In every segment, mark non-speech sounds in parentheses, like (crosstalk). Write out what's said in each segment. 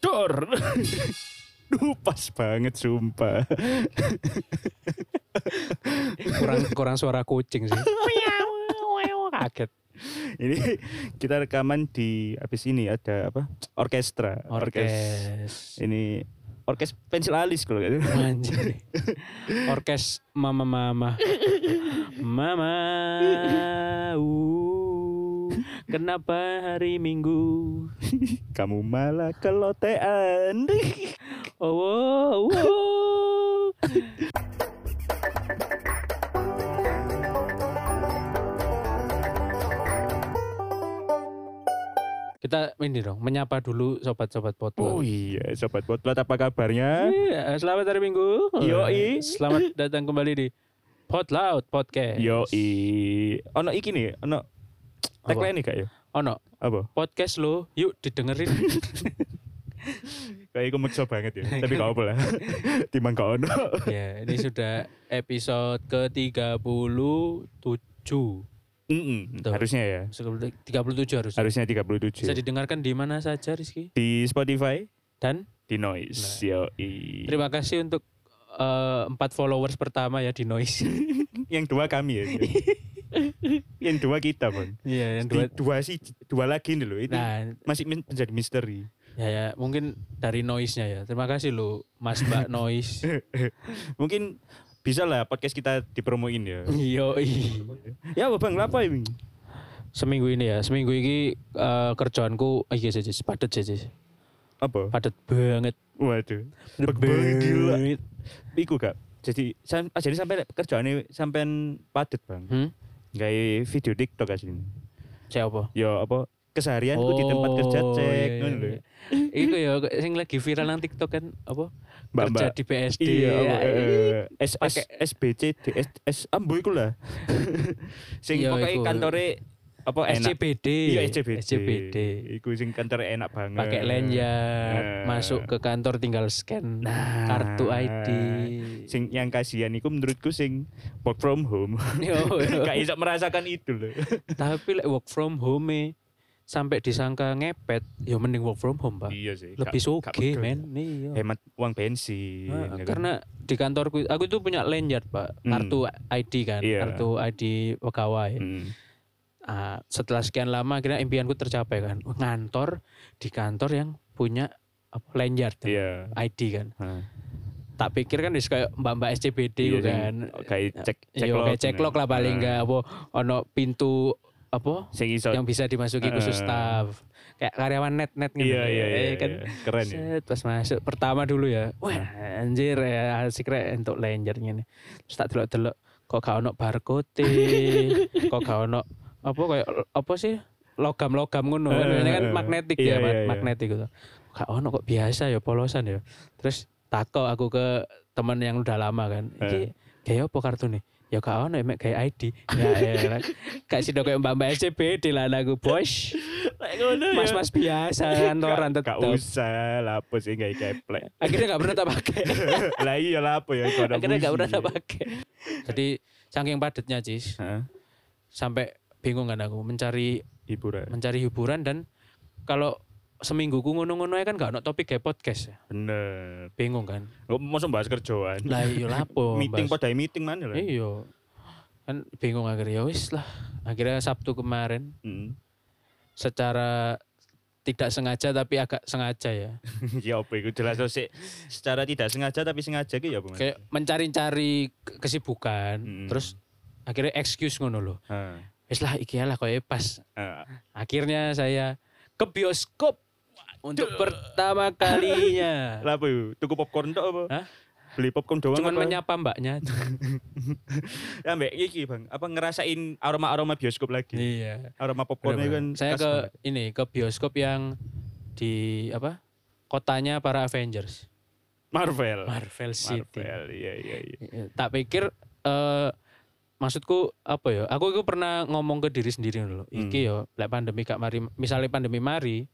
Bogor. Duh pas banget sumpah. (laughs) kurang kurang suara kucing sih kaget Ini kita rekaman di habis ini ada apa? Orkestra. Orkes. orkes Ini orkes pensil alis kalau gitu. nggak salah. anjir orkes mama mama mama uh, kenapa hari minggu (laughs) Kamu malah kelotean. (laughs) oh, oh, oh. kita ini dong menyapa dulu sobat-sobat potluck Oh iya, sobat botlot apa kabarnya? Iya, selamat hari Minggu. Yoi. Selamat datang kembali di Pot Loud Podcast. Yoi. Ono iki nih, ono tagline nih kak ya. Ono, Apa? podcast lo, yuk didengerin. Kayak iku maksa banget ya. (laughs) Tapi gak apa lah. Timbang gak ono. ya, ini sudah episode ke-37. Mm-mm, Tuh. Harusnya ya. 37 harusnya. Harusnya 37. Bisa didengarkan di mana saja, Rizky. Di Spotify, Dan di Noise. Nah. Yoi. terima kasih untuk eh, empat followers pertama ya di Noise. Yang dua kami ya. (laughs) yang dua kita, Bang. Iya, yang Di dua. dua sih, dua lagi nih loh. Itu Nah, masih men- menjadi misteri. (laughs) ya, ya mungkin dari noise-nya ya. Terima kasih lo, Mas Mbak Noise. Mungkin bisa lah podcast kita dipromoin (laughs) ya. Yoi. ya apa Bang, apa ini? seminggu ini ya seminggu ini eh, kerjaanku iya sih Jis, padet sih Jis. Apa? padet banget Waduh. Padet Beg-beg gila. banget. Iku gak. Jadi sam, ah, jadi sampai kerjaannya sampean padet bang. hmm Gaya video TikTok asli. saya apa Ya apa keseharian ku di tempat kerja cek iya, ngono lho. iya. Iku ya sing lagi viral nang TikTok kan apa? Kerja Mbak-mbak. di PSD. Iya, apa, eh, S, S, Ya, Pakai- SBC, DS, S, ambo iku lah. (laughs) sing Iya, pokoknya iku. kantore apa enak. SCBD. Iya, SCBD. SCBD. Iku sing kantore enak banget. Pakai lanyard, Nah. masuk ke kantor tinggal scan Nah. kartu ID. Sing yang kasihan iku menurutku sing work from home. (laughs) Yo, (laughs) yo. Gak bisa merasakan itu loh. Tapi like work from home eh, sampai disangka ngepet, ya mending work from home, Pak. iya sih. lebih soge gak- gak pegel. men iya hemat uang Heeh, bensin ya kan? Nah, karena di kantorku aku itu punya lanyard pak Hmm. kartu ID kan Iya. kartu ID pegawai Hmm. Ah, setelah sekian lama akhirnya impianku tercapai kan ngantor di kantor yang punya apa, lanyard kan, iya ID kan Hah. tak pikir kan wis kayak mbak-mbak SCBD Iya, gitu gitu ya. sing- kan kayak cek cek Yo, kayak ceklok lah paling Heeh. enggak apa ono pintu apa sing iso yang bisa dimasuki khusus Eh. staff kayak karyawan net net gitu iya iya Eh, iya kan iya. keren ya Set, pas masuk pertama dulu ya. Wah, anjir ya asik rek entuk lenjer ngene. Terus tak delok-delok kok gak ono barcode, (laughs) kok gak ono apa kayak apa sih? logam-logam ngono kan Eh, biasanya kan eh, magnetik iya, ya, ma- iya, iya. magnetik gitu. Gak ono kok biasa ya polosan ya. Terus tako aku ke teman yang udah lama kan. Eh. Iki kayak apa kartu nih? Ya gak ono emek kayak ID. (laughs) Ya elah. Kayak sido kayak Mbak-mbak SCBD lah aku, Bos. Mas-mas biasa kantoran ya. (laughs) Gak- tetep. gak usah lapo sih gak (laughs) keplek Akhirnya gak pernah tak pakai. lah iya lapo ya iku ada Akhirnya gak busi. pernah tak pakai. Jadi saking padatnya Cis, Hah? sampai bingung kan aku mencari hiburan mencari hiburan dan kalau seminggu ku ngono-ngono ae kan gak ono topik kayak podcast ya. bener Bingung kan. Nggak, masa bahas kerjaan Lah iya lapo. (laughs) meeting Mbak. pada meeting mana lah Iya. Kan bingung akhirnya ya wis lah. Akhirnya Sabtu kemarin Hmm. (laughs) secara tidak sengaja tapi agak sengaja ya. ya apa itu jelas loh sih secara tidak sengaja tapi sengaja gitu ya Bu Mas? Kayak mencari-cari ke- kesibukan, Mm. terus akhirnya excuse ngono loh. Hah. Wis lah iki lah koyo e pas Ah. Akhirnya saya ke bioskop untuk pertama kalinya. Lah apa itu? Tuku popcorn tok apa? Hah? Beli popcorn doang Cuman apa? menyapa (laughs) mbaknya. Ya Mbak, iki Bang, apa ngerasain aroma-aroma bioskop lagi? iya. Aroma popcorn itu kan saya khas ke banget. ini ke bioskop yang di apa? Kotanya para Avengers. Marvel. Marvel City. Marvel. Iya, iya, iya. Iya, Tak pikir eh maksudku apa ya? Aku itu pernah ngomong ke diri sendiri dulu. Hmm. Iki yo lek pandemi gak mari misalnya pandemi mari,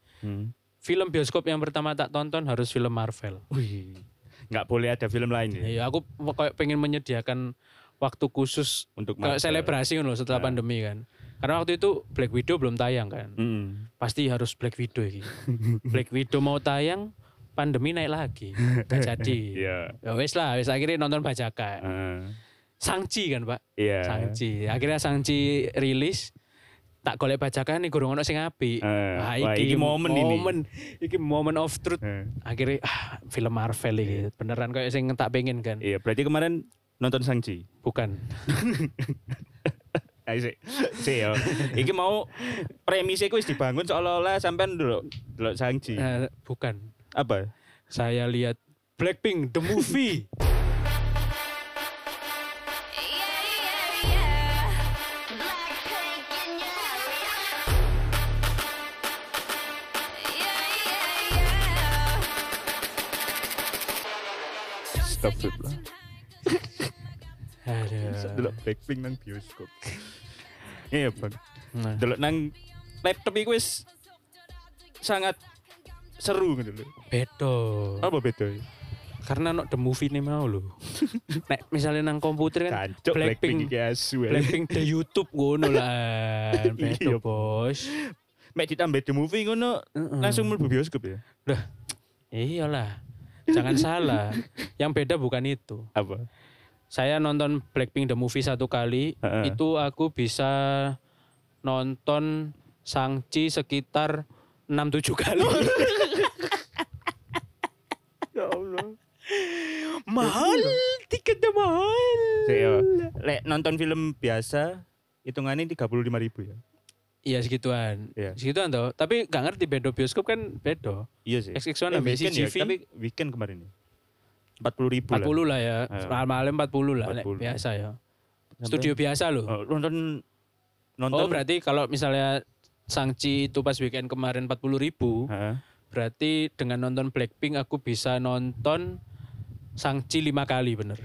film bioskop yang pertama tak tonton harus film Marvel. Wih. Nggak boleh ada film lain ya Iya, aku kayak pengen menyediakan waktu khusus untuk kayak selebrasi kan loh setelah Ya. pandemi kan. Karena waktu itu Black Widow belum tayang kan. Mm. (laughs) Pasti harus Black Widow ini. Black Widow mau tayang, pandemi naik lagi. Gak jadi. (laughs) Iya. Ya wes lah, wes akhirnya nonton bajakan. Eh, Sangci kan, Pak? Iya. Sangci. Akhirnya Sangci rilis tak golek bajakan nih gurung ono sing apik. Eh, Wah, wah, iki momen ini. momen iki moment of truth. Eh, Akhirnya ah, film Marvel iki beneran kayak sing tak pengen kan. Iya, berarti kemarin nonton Sangchi. Bukan. Ayo sik. Sik yo. Iki mau premisnya ku wis dibangun seolah-olah sampean dulu dulu Sangchi. Eh, bukan. Apa? Saya lihat Blackpink the (laughs) movie. Astagfirullah. Aduh. Delok Blackpink nang bioskop. Iya, Bang. Nah, Delok nang laptop iku wis sangat seru gitu loh. bedo. Apa beda? Karena no the movie nih mau lho. Nek misalnya nang komputer kan Kancok Blackpink iki Blackpink asu. eh. Blackpink the YouTube ngono lah. Iya. Bedo, Bos. Mek ditambah the movie ngono Heeh. langsung mlebu bioskop ya. Dah. Iyalah. Jangan salah. Yang beda bukan itu. Apa? Saya nonton Blackpink the movie satu kali, Heeh. itu aku bisa nonton Sangchi sekitar 6-7 (laughs) kali. Ya Allah. Ya mahal, tiketnya mahal. Iya. Lek nonton film biasa hitungannya 35.000 ribu ya. Iya segituan. Iya. Segituan toh. Tapi gak ngerti bedo bioskop kan bedo. Iya sih. XX1 Eh, ambil weekend ya, CGV. tapi weekend kemarin ya. 40 ribu 40 lah ya. Ayo. Mahal-mahal 40 lah nek 40. biasa ya. Sampai- Studio biasa loh. Oh, nonton nonton Oh berarti kalau misalnya Sangchi itu pas weekend kemarin 40 ribu, Heeh. berarti dengan nonton Blackpink aku bisa nonton Sangchi lima kali bener.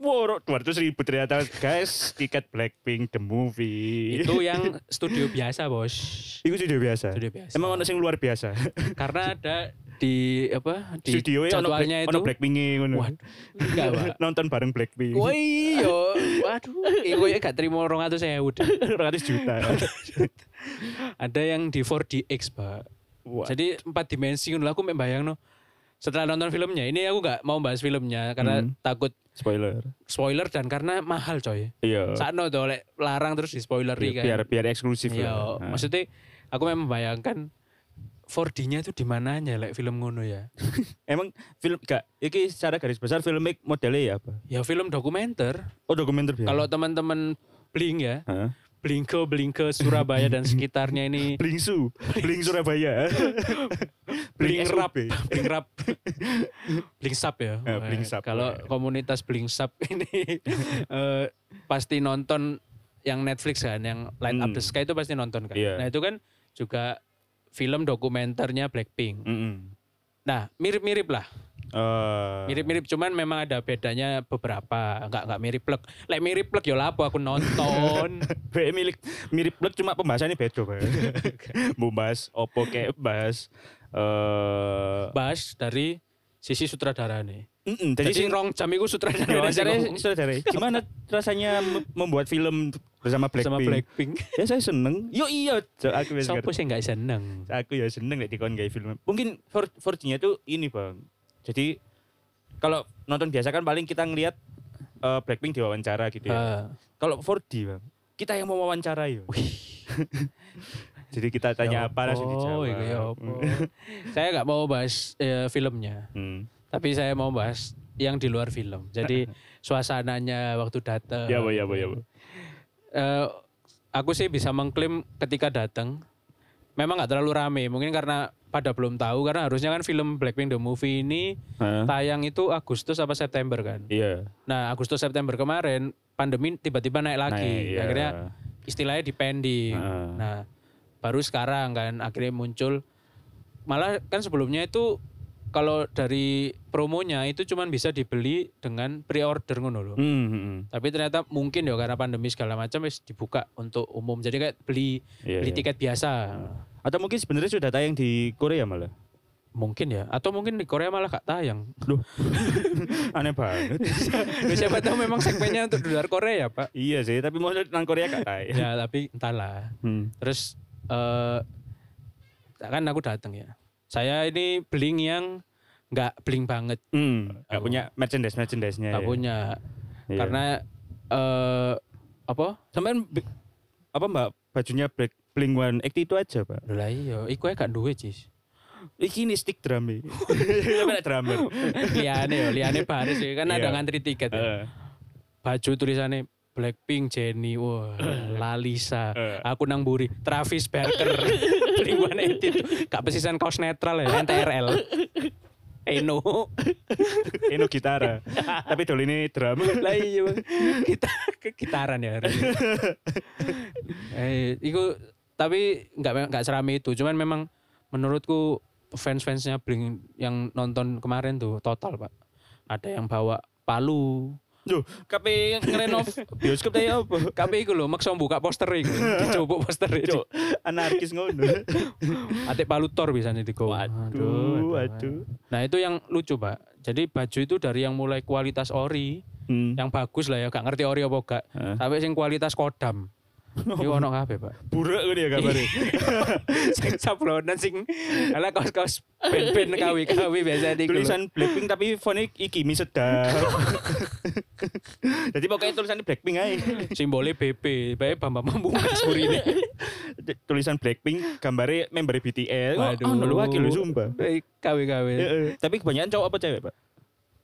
Wow, 200 ribu ternyata guys tiket Blackpink the movie. Itu yang studio biasa bos. Itu studio biasa. Studio biasa. Emang ono sing luar biasa. Karena ada di apa di Studio ono Black, jadwalnya itu. ono Blackpink-e ngono. Waduh, enggak (laughs) pak. Nonton bareng Blackpink. (laughs) Woi yo, waduh, eh, kowe gak terima orang atau saya udah. 200 (laughs) juta. Ada yang di 4DX pak. Wah. Jadi empat dimensi ngono lah, aku membayang no. Setelah nonton filmnya, ini aku nggak mau bahas filmnya karena Hmm. takut spoiler. spoiler dan karena mahal coy. Iya. Sakno tuh oleh larang terus di spoileri kan. biar biar eksklusif Iya, lah. Nah. maksudnya aku memang bayangkan 4D-nya itu di mananya lek film ngono ya. Emang film gak iki secara garis besar film make modelnya ya apa? Ya film dokumenter. Oh dokumenter biasa. Kalau teman-teman Bling ya, Heeh. Blingko Blingko Surabaya dan sekitarnya (laughs) ini Blingsu, Bling Surabaya. (laughs) Bling SUB. rap, Bling rap, Bling sap ya. Eh, Bling Sap, Kalau ya. komunitas Bling sap (laughs) ini eh, pasti nonton yang Netflix kan, yang Light Up Hmm. the Sky itu pasti nonton kan. Iya. Nah itu kan juga film dokumenternya Blackpink. Mm-mm. Nah mirip-mirip lah, Eh, mirip-mirip cuman memang ada bedanya beberapa, nggak nggak mirip plek. Lek mirip plek yo lapo aku (laughs) nonton. Be milik mirip plek cuma pembahasannya beda, (laughs) Pak. Mau bahas opo kayak bahas eh Bahas dari sisi sutradara nih. mm-mm, Jadi, jadi (laughs) sing rong jam iku sutradara. nih (laughs) Ya, sing wawancaranya ngomong saudara, gimana rasanya mem- membuat film bersama sama Blackpink? Blackpink. Ya saya seneng. Yo iya, Cok, aku (laughs) wis Sopo ngerti. sih nggak seneng? aku ya seneng nek dikon gawe film. Mungkin for- forge-nya tuh ini, Bang. Jadi kalau nonton biasa kan paling kita ngelihat eh, Blackpink diwawancara gitu ya. Ah, Kalau 4D, Bang, kita yang mau wawancara ya. (laughs) Jadi kita tanya ya apa langsung opo, dijawab. Hmm. iku ya opo. saya nggak mau bahas eh, filmnya, Hmm. tapi saya mau bahas yang di luar film. (laughs) Jadi suasananya waktu datang. Ya, Bang, ya, Bang, ya, Bang. Eh, aku sih bisa mengklaim ketika datang, memang nggak terlalu rame. Mungkin karena pada belum tahu, karena harusnya kan film Blackpink the Movie ini Hah? tayang itu Agustus apa September kan. Iya. Nah Agustus September kemarin pandemi tiba-tiba naik lagi. Naik, iya. Akhirnya istilahnya depending. Heeh. Nah baru sekarang kan akhirnya muncul. Malah kan sebelumnya itu kalau dari promonya itu cuman bisa dibeli dengan pre-order ngono loh. Hmm, hmm, hmm. Tapi ternyata mungkin ya karena pandemi segala macam wis dibuka untuk umum. Jadi kayak beli Iya, beli iya. Nah. tiket biasa. Atau mungkin sebenarnya sudah tayang di Korea malah. Mungkin ya atau mungkin di Korea malah gak tayang. (laughs) Duh. (laughs) Aneh banget. Ya, siapa tahu memang segmennya untuk di luar Korea ya, Pak. iya sih, tapi mau nang Korea gak tayang. Ya, tapi entahlah. Hmm. Terus eh kan aku datang ya. Saya ini bling yang nggak bling banget Hmm, nggak Aku- punya merchandise merchandise-nya. nggak ya. punya Iya. karena eh apa sampean bi- apa Mbak bajunya Black Blink One itu aja, Pak. Lho lah iya iku ae gak duwe cis (laughs) Iki ini stick drum (laughs) iki. Sampean nek (laughs) drummer. liane yo liane baris ya kan ada Iya. ngantri tiket ya. Heeh. baju tulisannya Blackpink, Jennie, wah, Lalisa, Eh. aku nang buri, Travis Barker, (laughs) Blink-182, gak pesisan kaos netral ya, NTRL, Eno, Eno gitara. Tapi dol ini (laughs) drum. lah iya, Bang. (laughs) kita kegitaran ya hari ini. eh, itu tapi nggak nggak serami itu, cuman memang menurutku fans-fansnya Blink yang nonton kemarin tuh total pak, ada yang bawa palu, Loh, tapi ngerenov bioskop tadi apa? Kabeh iku lho maksa buka poster iku. Dicobok poster itu. Cuk, anarkis ngono. Atik palutor bisa nih digowo. Waduh, waduh. Nah, itu yang lucu, Pak. Jadi baju itu dari yang mulai kualitas ori, Hmm. yang bagus lah ya, gak ngerti ori apa gak. Heeh. Sampai sing kualitas kodam. Iku ono kabeh, (laughs) Pak. Buruk ngono ya (laughs) kabare. sing sablonan sing ala kaos-kaos ben-ben kawi-kawi biasa iku. lho. tulisan Blackpink tapi fontnya iki mi sedap. (laughs) Jadi pokoknya tulisannya Blackpink aja. simbole BP, bae Bambang (laughs) Pamungkas burine. D- Tulisan Blackpink, gambarnya member BTS. Waduh. Waduh, oh, lu wakil lu sumpah. Kawi-kawi. Eh, eh. Tapi kebanyakan cowok apa cewek, Pak?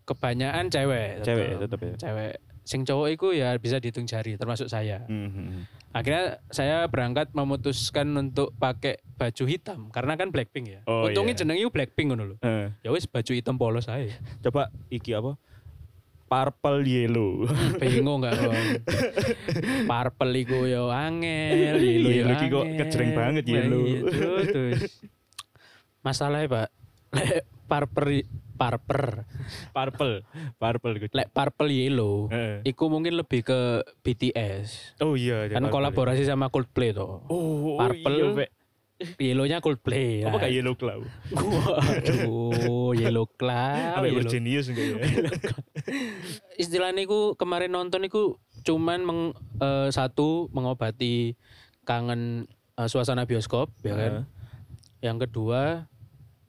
Kebanyakan cewek. Cewek tetep. tetap ya. cewek sing cowok itu ya bisa dihitung jari termasuk saya Mhm. akhirnya saya berangkat memutuskan untuk pakai baju hitam karena kan blackpink ya Oh, untungnya iya. jenengnya blackpink ngono lho Eh, ya wis baju hitam polos saya coba iki apa? Purple yellow. (laughs) (laughs) bingung gak kok purple iku yo angel yellow yo Yellow Iya, iki kok angel. kejreng banget, ya, Wah, yellow. iya, terus, terus. masalahnya pak lek purple purple purple, purple gitu. lek purple yellow Eh. iku mungkin lebih ke BTS Oh iya, kan ada purple. kolaborasi sama Coldplay tuh Oh, oh, Purple. iya, Pak. Yellownya Coldplay. lah. Apa kayak yellow claw? Waduh, Yellow Claw. Apa Ah, Yellow- genius enggak (laughs) ya? Istilahnya iku kemarin nonton iku cuman meng- eh, satu mengobati kangen eh, suasana bioskop ya kan. Yang kedua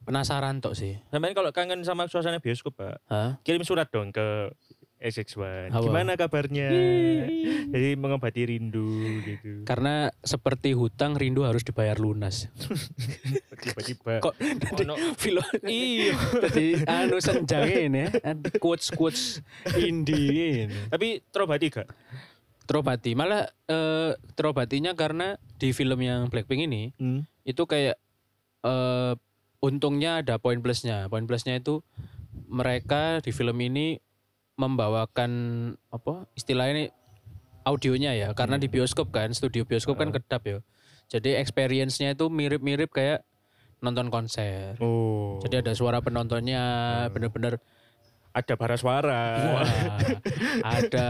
penasaran tok sih. Sampeyan kalau kangen sama suasana bioskop, Pak. Hah? kirim surat dong ke SX1. Apa? Gimana kabarnya? Jadi mengobati rindu gitu. Karena seperti hutang rindu harus dibayar lunas. Tiba-tiba. Kok ono- Filo iya tadi anu senjange ini Kan quotes quotes indie ini. Tapi terobati gak? terobati malah eh, terobatinya karena di film yang Blackpink ini itu kayak eh untungnya ada poin plusnya poin plusnya itu mereka di film ini membawakan apa istilahnya ini audionya ya karena di Hmm. bioskop kan studio bioskop Ah. kan kedap ya jadi experience-nya itu mirip-mirip kayak nonton konser Oh. Ah. jadi ada suara penontonnya (laughs) bener-bener ada bara suara. wah, ada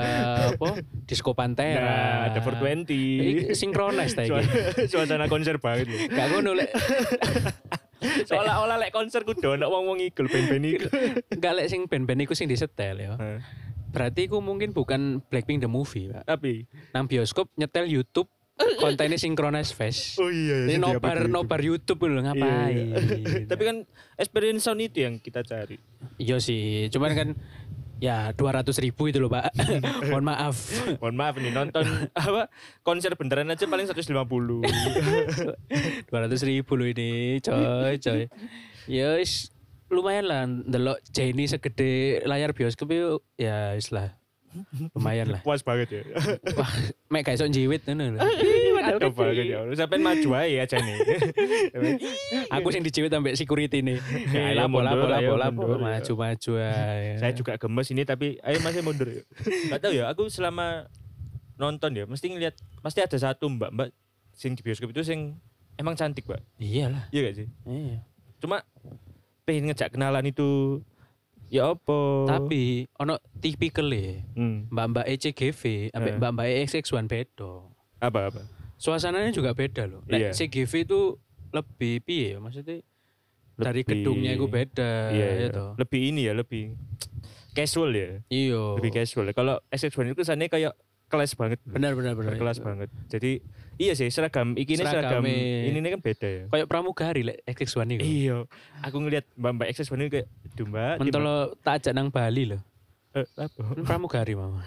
apa disco Nah, pantera ada 420. Iki sinkronis ta iki. Suasana- Suasana konser banget loh. (laughs) Gak ngono lek (laughs) Seolah-olah lek konser kudu ana wong-wong iku ben-ben iku. (laughs) gak lek sing band-band iku sing disetel ya. Hah. Berarti iku mungkin bukan Blackpink the movie, Pak. Tapi Nang bioskop nyetel YouTube kontennya sinkronis fest. oh iya Ini sing dia nobar pakai nobar YouTube lho itu. Iya, ngapain. iya. Tapi kan experience sound itu yang kita cari. Iya sih, cuman kan ya 200 ribu itu loh (laughs) Pak. Mohon maaf. Mohon maaf nih (laughs) nonton apa konser beneran aja paling (laughs) 150. 200 ribu loh ini, coy, coy. Ya wis, lumayan lah ndelok Jenny segede layar bioskop yuk. ya wis lah. Lumayan lah. Puas banget ya. Wah, mek gak iso njiwit ngono lho. Aduh banget ya. Lu sampean maju aja ya Cani. Iya. Aku sing dijiwit ambek security (laughs) nih. Eh, Ya, ayo Lapo lapo mundur, lapo ayo lapo mundur, ya. maju-maju ae. (laughs) (laughs) Saya juga gemes ini tapi ayo masih mundur yuk. Gak tahu ya, aku selama nonton ya mesti ngeliat mesti ada satu mbak-mbak sing di bioskop itu sing emang cantik, Mbak. Iyalah. Iya gak sih? Iya. Cuma pengen ngejak kenalan itu ya apa? Oh. Tapi ono tipikal e Hmm, mbak-mbak ECGV ambek Eh. mbak-mbak XX1 bedo. apa apa? Suasananya juga beda loh. Lek Iya. CGV itu lebih piye ya, maksudnya dari Lebih- gedungnya itu beda Iya, iya. gitu. Lebih ini ya, lebih casual ya. Iya. Lebih casual. Kalau SX1 itu kesannya kayak berkelas banget. benar benar benar Berkelas banget. Jadi iya sih seragam iki ini seragam Seragamnya. ini kan beda ya. kayak pramugari lek XX1 iku Iya, aku ngelihat Mbak-mbak ekses ini kayak domba. timbang- mentolo tak ajak nang Bali loh Eh, apa? Ini pramugari mama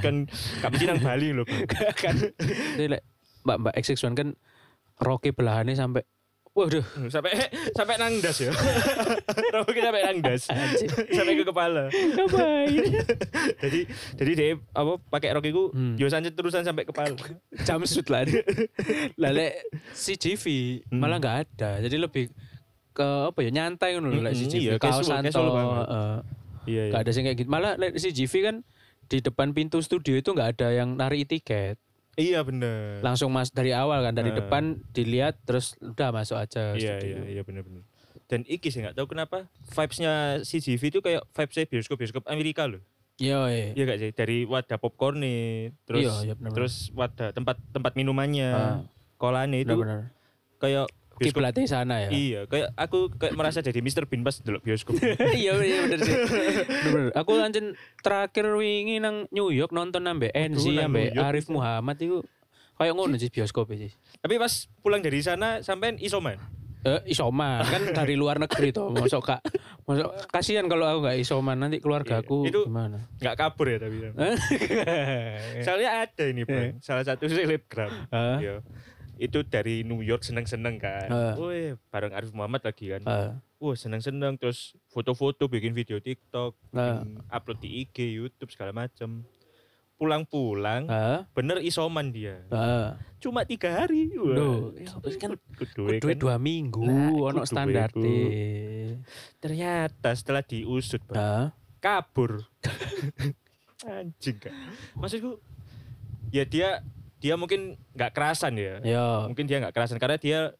kan kami sih nang Bali loh. (laughs) kan jadi lek mbak mbak XX1 kan roke belahannya sampai waduh Hmm, sampai sampai nang das ya. (laughs) Rambut kita sampai nang das. sampai ke kepala. (laughs) ngapain Jadi jadi dia apa pakai rok itu Hmm. yo sancet terusan sampai kepala. jumpsuit (laughs) lah lalu si JV Hmm. malah nggak ada jadi lebih ke apa ya nyantai ngono lho lek si Mm-mm, JV iya, kaos casual- santai casual banget. eh, iya, iya. nggak ada sih kayak gitu malah lek si JV kan di depan pintu studio itu nggak ada yang nari tiket Iya bener. langsung mas dari awal kan dari Eh. depan dilihat terus udah masuk aja Iya studio. iya iya bener bener. Dan iki sih nggak tahu kenapa vibes-nya CGV itu kayak vibes-nya bioskop-bioskop Amerika loh. Iya, iya. Iya gak sih? Dari wadah popcorn nih, terus Iya, iya, bener-bener. terus wadah tempat tempat minumannya, Ah. kolane itu benar-benar kayak bioskop. kiblatnya sana ya Iya, kayak aku kayak merasa jadi Mr. Bean pas dulu (laughs) bioskop. (laughs) iya iya bener sih bener, bener. aku lanjut terakhir wingi nang New York nonton nambe NZ nang nambe New York. Arif Muhammad itu kayak ngono sih bioskop e, sih Tapi pas pulang dari sana sampean isoman. eh isoman kan dari luar negeri toh masuk kak masuk kasihan kalau aku nggak isoman nanti keluarga Iya, aku itu- gimana Nggak kabur ya tapi. Eh, Soalnya ada ini, Bang. Salah satu selebgram. Ah. Iya. Itu dari New York Ah. seneng-seneng kan. Wih, bareng Arif Muhammad lagi kan. Eh, Wah, seneng-seneng terus foto-foto, bikin video TikTok, Ah. bikin upload di IG, YouTube segala macam. Pulang-pulang, eh, bener isoman dia. eh. Cuma tiga hari. Wah. Loh, ya, terus kan Kudu kudu kan. dua minggu Lah, ono kudu standar e. iku. Ternyata setelah diusut, Bang. Heeh. kabur anjing kak maksudku ya dia dia mungkin nggak kerasan ya ya mungkin dia nggak kerasan karena dia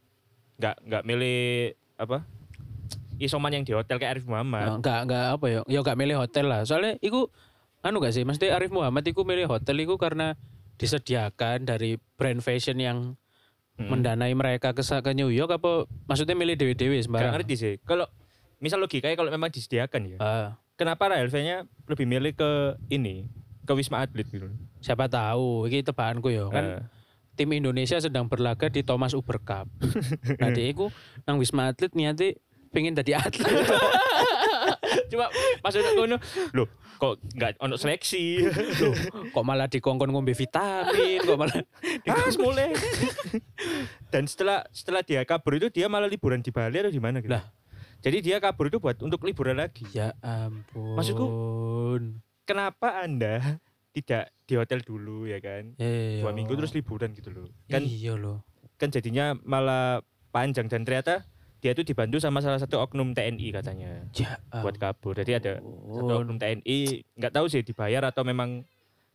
nggak nggak milih apa isoman yang di hotel kayak Arif Muhammad enggak enggak Nah, apa ya ya enggak milih hotel lah soalnya iku anu gak sih mesti Arif Muhammad iku milih hotel iku karena disediakan dari brand fashion yang Hmm. mendanai mereka ke ke New York apa maksudnya milih dewi-dewi nggak sembarang ngerti sih kalau misal logikanya kalau memang disediakan ya Ah, kenapa Rahelvenya lebih milih ke ini ke Wisma Atlet gitu siapa tahu ini tebakanku ya kan kan tim Indonesia sedang berlaga di Thomas Uber Cup. (laughs) Nah, dia iku nang Wisma Atlet niate pengen jadi atlet. (laughs) cuma maksudnya kono loh kok nggak ono (laughs) seleksi Loh, kok malah dikongkon ngombe vitamin, kok malah Ah, Pas mulai. (laughs) Dan setelah setelah dia kabur itu dia malah liburan di Bali atau di mana gitu. Lah. Jadi dia kabur itu buat untuk liburan lagi. ya ampun. Maksudku, Kenapa Anda tidak di hotel dulu ya kan? Iya. Dua minggu terus liburan gitu loh. Kan iya loh. kan jadinya malah panjang dan ternyata dia itu dibantu sama salah satu oknum TNI katanya Ya buat kabur. Jadi ada satu ampun. oknum TNI nggak tahu sih dibayar atau memang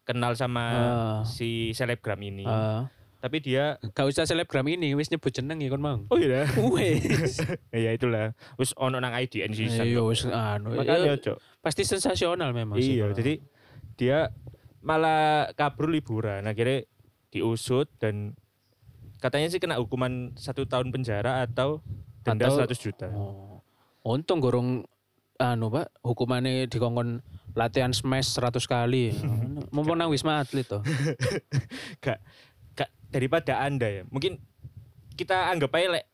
kenal sama Ah, si selebgram ini. ah. Tapi dia Gak usah selebgram ini, wis nyebut jeneng ya kon mang. oh iya. (laughs) Wis. ya itulah. Wis ono nang IDN season. Iya wis anu. Makanya iya, cok. Pasti sensasional memang. sih, Iya, Bang. jadi dia malah kabur liburan. Akhirnya diusut dan katanya sih kena hukuman satu tahun penjara atau denda Atau- 100 juta. Oh. Untung gorong anu Pak, hukumannya dikongkon latihan smash 100 (laughs) kali. Mumpung nang Wisma Atlet toh. Gak, gak daripada anda ya. Mungkin kita anggap aja lek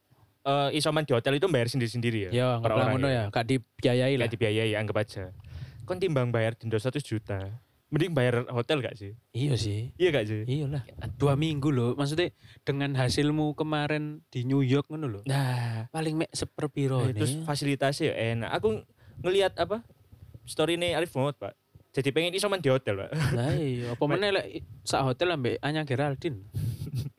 eh, isoman di hotel itu bayar sendiri-sendiri ya. Ya, per ngobrol ngono ya, gak dibiayai lah. Gak dibiayai, anggap aja. Kon timbang bayar denda 100 juta, mending bayar hotel gak sih? Iya sih. Iya gak sih? Iyalah, dua minggu loh. Maksudnya dengan hasilmu kemarin di New York ngono loh. Nah, Nah, Paling mek seperpiro Eh, terus ini. fasilitasnya ya enak. Aku ng- ngelihat apa story ini Arif Muhammad pak. Jadi pengen isoman di hotel pak. Lah iya, apa meneh lek sak hotel ambek Anya Geraldine.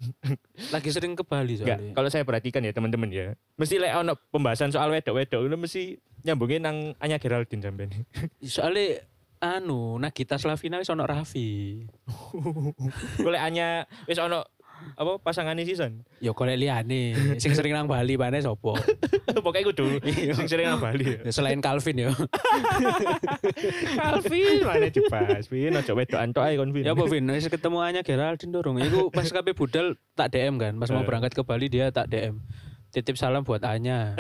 (laughs) Lagi sering ke Bali Enggak, soalnya. kalau saya perhatikan ya teman-teman ya. Mesti lek ono pembahasan soal wedok-wedok itu mesti nyambungin nang Anya Geraldine (laughs) sampean. Soalnya anu Nagita Slavina wis ono Raffi. Kalau Anya wis ono apa pasangane (laughs) sisan. Ya golek (laughs) liyane sing sering nang Bali paneh sapa? Pokoknya kudu Iya. sing sering nang (laughs) Bali ya. Ya, Selain (laughs) Calvin ya. Alvin mana dibahas. Pin ojo wedokan tok ae kon Vin. ya (laughs) apa Vin, wis ketemu Anya Geraldine dorong. Iku pas kabeh budal tak DM kan, pas mau Eh. berangkat ke Bali dia tak DM. Titip salam buat (laughs) Anya.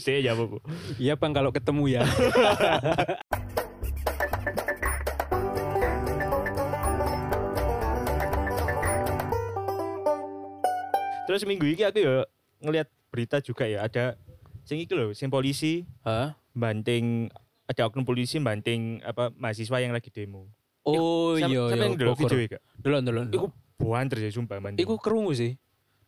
Saya jawab ya, Bu. Iya Bang kalau ketemu (laughs) ya. Terus minggu ini aku ya ngelihat berita juga ya ada sing iki lho, sing polisi Hah? banting ada oknum polisi banting apa mahasiswa yang lagi demo. Oh Sam- iya sampe iya. ndelok video Bogor. iki. Kak? Delon delon. Iku buanter ya sumpah banting. Iku kerungu sih.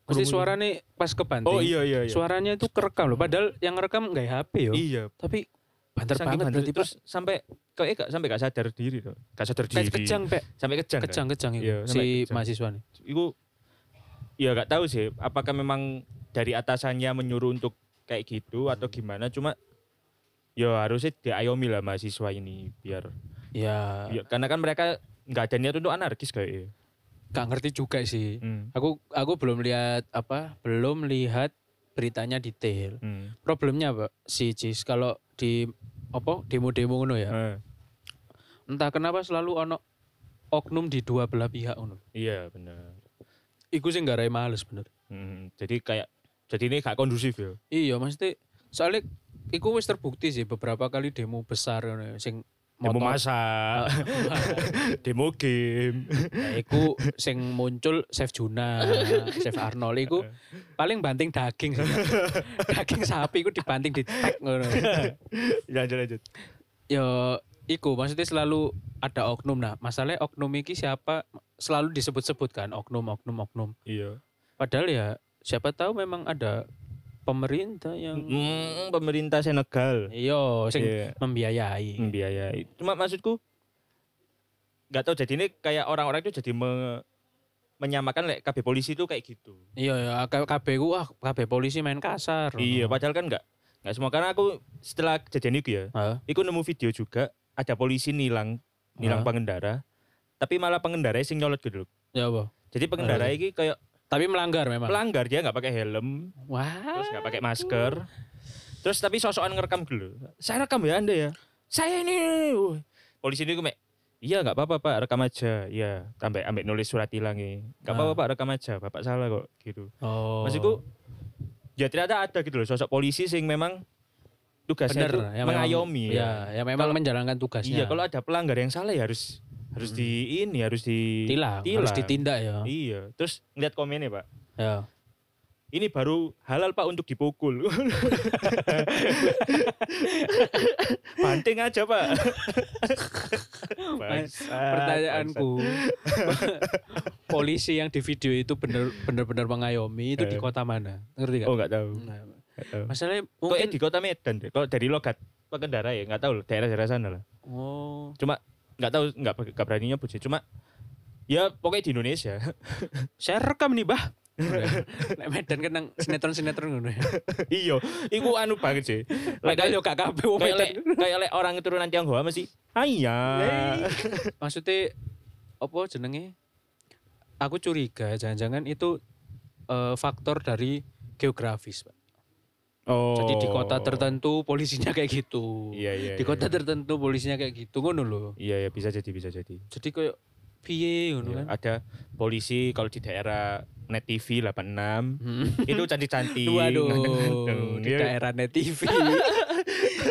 Mesti Kerungu. suaranya pas kebanting. Oh iya iya iya. Suaranya itu kerekam loh. Padahal yang ngerekam nggak HP yo. Iya. Tapi banter Saking banget banter, berarti terus sampai kayak gak sampai gak sadar diri tuh. Gak sadar Pak. diri. Kayak kejang pak. Sampai kejang. Kak. Kejang kejang itu Iya, sampai si kejang. mahasiswa nih. Iku ya gak tahu sih apakah memang dari atasannya menyuruh untuk kayak gitu atau gimana cuma ya harusnya diayomi lah mahasiswa ini biar Ya. ya, karena kan mereka nggak ada niat untuk anarkis kayak ya. Hmm. Gak ngerti juga sih. Aku aku belum lihat apa. Belum lihat beritanya detail. Hmm. Problemnya pak si Jis kalau di apa demo-demo ngono ya. Ah, Entah kenapa selalu ono oknum di dua belah pihak ngono. iya benar Iku sih nggak males bener. Hmm, jadi kayak jadi ini gak kondusif ya Iya maksudnya soalnya iku wis terbukti sih beberapa kali demo besar ngono ya, sing demo motor- masak (laughs) demo game Nah, iku sing muncul Chef Juna, Chef Arnold iku paling banting daging (laughs) sih. daging sapi iku dibanting di tag ngono. (laughs) lanjut lanjut Ya iku maksudnya selalu ada oknum nah masalahnya oknum iki siapa selalu disebut-sebut kan oknum oknum oknum iya padahal ya siapa tahu memang ada pemerintah yang Hmm, pemerintah Senegal yo sing Iya. membiayai membiayai. Cuma maksudku nggak tahu jadi ini kayak orang-orang itu jadi me- menyamakan lek KB polisi itu kayak gitu. Iya ya, K- KB ku wah KB polisi main kasar. Iya, padahal kan nggak nggak semua karena aku setelah kejadian itu ya, Hah? aku nemu video juga ada polisi nilang nilang Hah? pengendara, tapi malah pengendara sing nyolot gitu. loh. Ya apa? Jadi pengendara ini kayak Tapi melanggar memang. pelanggar dia nggak pakai helm, Wah. terus nggak pakai masker, terus tapi sosokan ngerekam dulu. Saya rekam ya anda ya, saya ini. Wah. Polisi ini gue Iya nggak apa-apa pak rekam aja, iya tambah ambek nulis surat hilangnya, nggak Ah. apa-apa pak rekam aja, bapak salah kok gitu. Oh. Maksudku ya ternyata ada gitu loh sosok polisi sing memang tugasnya bener itu ya, memang- mengayomi. Ya, ya memang Kalau- menjalankan tugasnya. Hmm. Iya kalau ada pelanggar yang salah ya harus harus di ini harus di tilang, harus tilang. ditindak ya. Iya terus ngeliat komennya pak, Ya. ini baru halal pak untuk (laughs) dipukul. Banting aja pak. Bangsat, Pertanyaanku. (laughs) polisi yang di video itu bener benar-benar mengayomi itu di Eh. kota mana? Ngerti bangsat. gak? Oh nggak tahu. Nah, Nggak tahu. masalahnya Pokoknya mungkin di kota Medan deh. Kalau dari logat pengendara ya nggak tahu loh, daerah-daerah sana lah. oh. Cuma nggak tahu nggak nggak berani nyebut sih. Cuma ya pokoknya di Indonesia. (laughs) Saya rekam nih, Bah. (laughs) Nek Medan kan nang sinetron-sinetron ngono (laughs) ya. iya, itu anu banget (laughs) sih. Lek- Padahal yo gak kabeh wong kayak Medan. lek (laughs) kayak lek orang keturunan Tionghoa masih Aya. maksudnya apa jenenge aku curiga jangan-jangan itu eh, faktor dari geografis pak Oh. jadi di kota tertentu polisinya kayak gitu Iya iya. di iya, kota iya. tertentu polisinya kayak gitu ngono loh Iya ya bisa jadi bisa jadi. jadi kayak piye ngono Iya, kan Ada polisi kalau di daerah Net TV 86 Hmm. (laughs) itu cantik-cantik. Waduh, Deng, di (laughs) iya. daerah net (laughs) TV.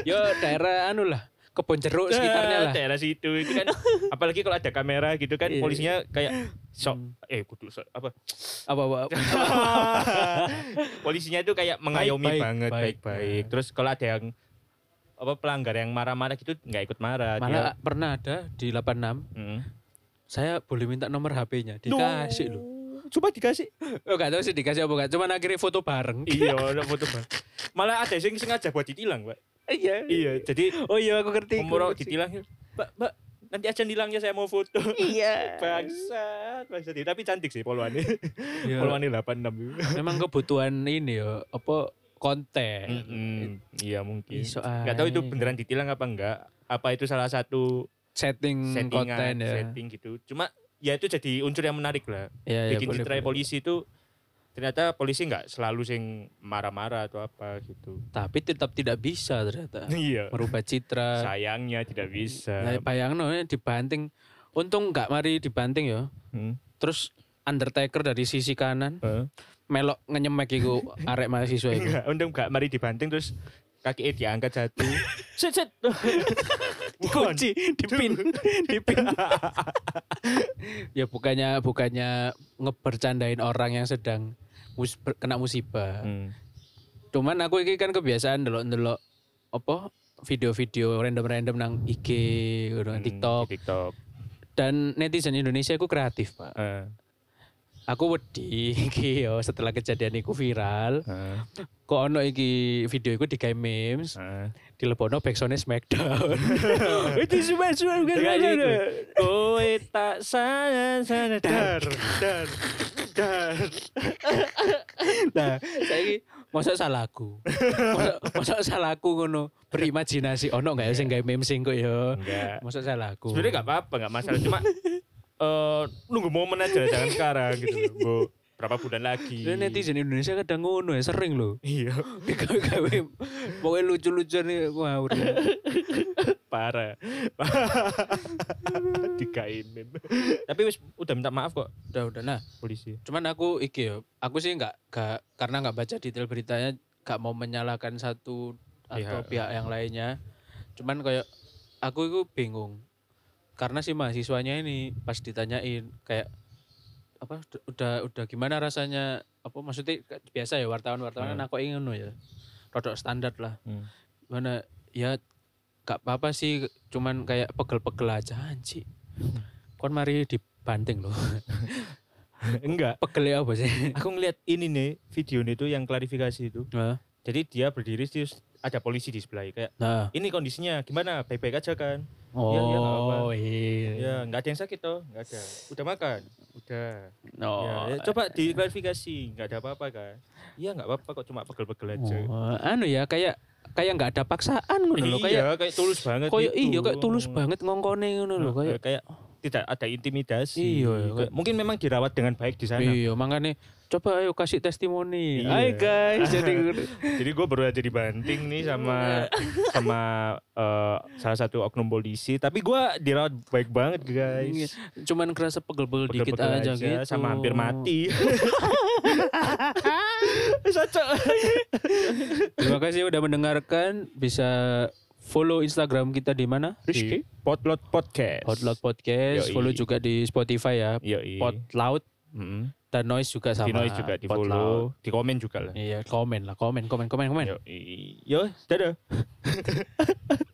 Yo daerah anu lah, kebon jeruk Eh, sekitarnya lah. (laughs) Daerah situ itu (laughs) kan apalagi kalau ada kamera gitu kan Iya. polisinya kayak sok eh kudu sok (laughs) apa (laughs) Apa apa? ya. polisinya itu kayak mengayomi Baik, baik, banget baik. Nah. baik-baik. Terus kalau ada yang apa pelanggar yang marah-marah gitu nggak ikut marah. Malah pernah ada di 86, dia, Mm. saya boleh minta nomor HP-nya, dikasih loh. Coba (laughs) dikasih. Oh gak tau sih dikasih apa gak, cuman akhirnya foto bareng. iya, ada foto Bang. Malah ada yang sengaja buat ditilang, Pak. Iya. Iya, jadi Oh iya aku ngerti. umur ditilang, Mbak, Mbak, nanti aja nilangnya saya mau foto. Iya. bangsat, bangsat. Tapi cantik sih poluannya. poluannya 86. Memang kebutuhan ini ya apa konten. Mm-mm. Iya mungkin. Iso Gak tahu itu ae. beneran ditilang apa enggak. Apa itu salah satu Setting konten settingan, ya. setting gitu. Cuma ya itu jadi unsur yang menarik lah. Iya, iya, Bikin boleh, citra boleh. polisi itu ternyata polisi nggak selalu sing marah-marah atau apa gitu. Tapi tetap tidak bisa ternyata. (laughs) Iya. Merubah citra. Sayangnya tidak Nah, bisa. bayangno ya, dibanting. Untung gak mari dibanting ya. Hmm. Terus Undertaker dari sisi kanan Heeh. melok ngenyemek (laughs) iku arek mahasiswa iku. Enggak, untung enggak mari dibanting terus kaki diangkat satu. set (laughs) set. dikunci dipin (laughs) (laughs) dipin ya bukannya bukannya ngebercandain orang yang sedang mus- ber- kena musibah. Hmm. Cuman aku iki kan kebiasaan delok-delok apa video-video random-random nang IG, gitu, nang Hmm, TikTok. di TikTok. Dan netizen Indonesia aku kreatif, Pak. Eh, Aku wedi (laughs) iki yo setelah kejadian iku viral, eh, kok ono iki video iku digawe memes, eh. dilebono backsone (laughs) Smackdown. Itu cuma cuma bukan Dengan bukan, itu. bukan. gitu. Kowe tak sangat sangat dar dar dar. Nah, saiki masa salahku. Masa, masa salahku ngono berimajinasi ono enggak ya sing gawe meme sing kok ya. Enggak. Masa salahku. Hmm. Sebenarnya nggak apa-apa, nggak masalah. (laughs) Cuma eh, nunggu momen aja (laughs) jangan sekarang gitu. loh, Bu, berapa bulan lagi? Sebenarnya netizen Indonesia kadang ngono ya sering (laughs) loh. Iya, Gawe pokoknya lucu-lucu nih wah udah. (laughs) parah. Dikainin. Tapi wis udah minta maaf kok udah udah nah. polisi. Cuman aku iki ya, aku sih enggak enggak karena enggak baca detail beritanya enggak mau menyalahkan satu atau Pihak. eh. pihak yang lainnya. Cuman kayak aku itu bingung. Karena si mahasiswanya ini pas ditanyain kayak apa ud- udah udah gimana rasanya apa maksudnya kayak biasa ya wartawan-wartawan Hmm. kan aku ingin ya. Rodok standar lah. Hmm. mana ya gak apa-apa sih cuman kayak pegel-pegel aja anji Hmm. kon mari dibanting loh (laughs) (laughs) Enggak. pegel ya apa sih (laughs) Aku ngeliat ini nih video nih itu yang klarifikasi itu. nah, Jadi dia berdiri terus ada polisi di sebelah kayak nah. ini kondisinya gimana baik-baik aja kan oh iya, nggak apa-apa. iya ya nggak ada yang sakit toh nggak ada udah makan udah oh, Ya, ya, coba diklarifikasi nggak ada apa-apa kan iya nggak apa-apa kok cuma pegel-pegel aja oh, anu ya kayak kayak nggak ada paksaan ngono loh kayak iya kayak tulus banget kayak gitu. iya kayak tulus banget ngongkone ngono loh Nah, kayak kayak tidak ada intimidasi Iya, ya, Kayak- kayak- mungkin memang dirawat dengan baik di sana iya makanya coba ayo kasih testimoni Iya. Hai (laughs) guys jadi jadi gue baru aja dibanting nih Iya. sama sama eh, salah satu oknum polisi tapi gue dirawat baik banget Iya. guys cuman kerasa pegel-pegel dikit Pegel-pegel aja, gitu sama hampir mati Terima kasih udah mendengarkan. Bisa follow Instagram kita di mana? Rizky Potlot Podcast Podloud Podcast. Yoi. Follow juga di Spotify ya. Yoi. Podloud Mm-mm. dan Noise juga sama. di noise juga di Podloud. follow di komen juga lah Iya, komen lah, komen, komen, komen, komen. Yoi. yo dadah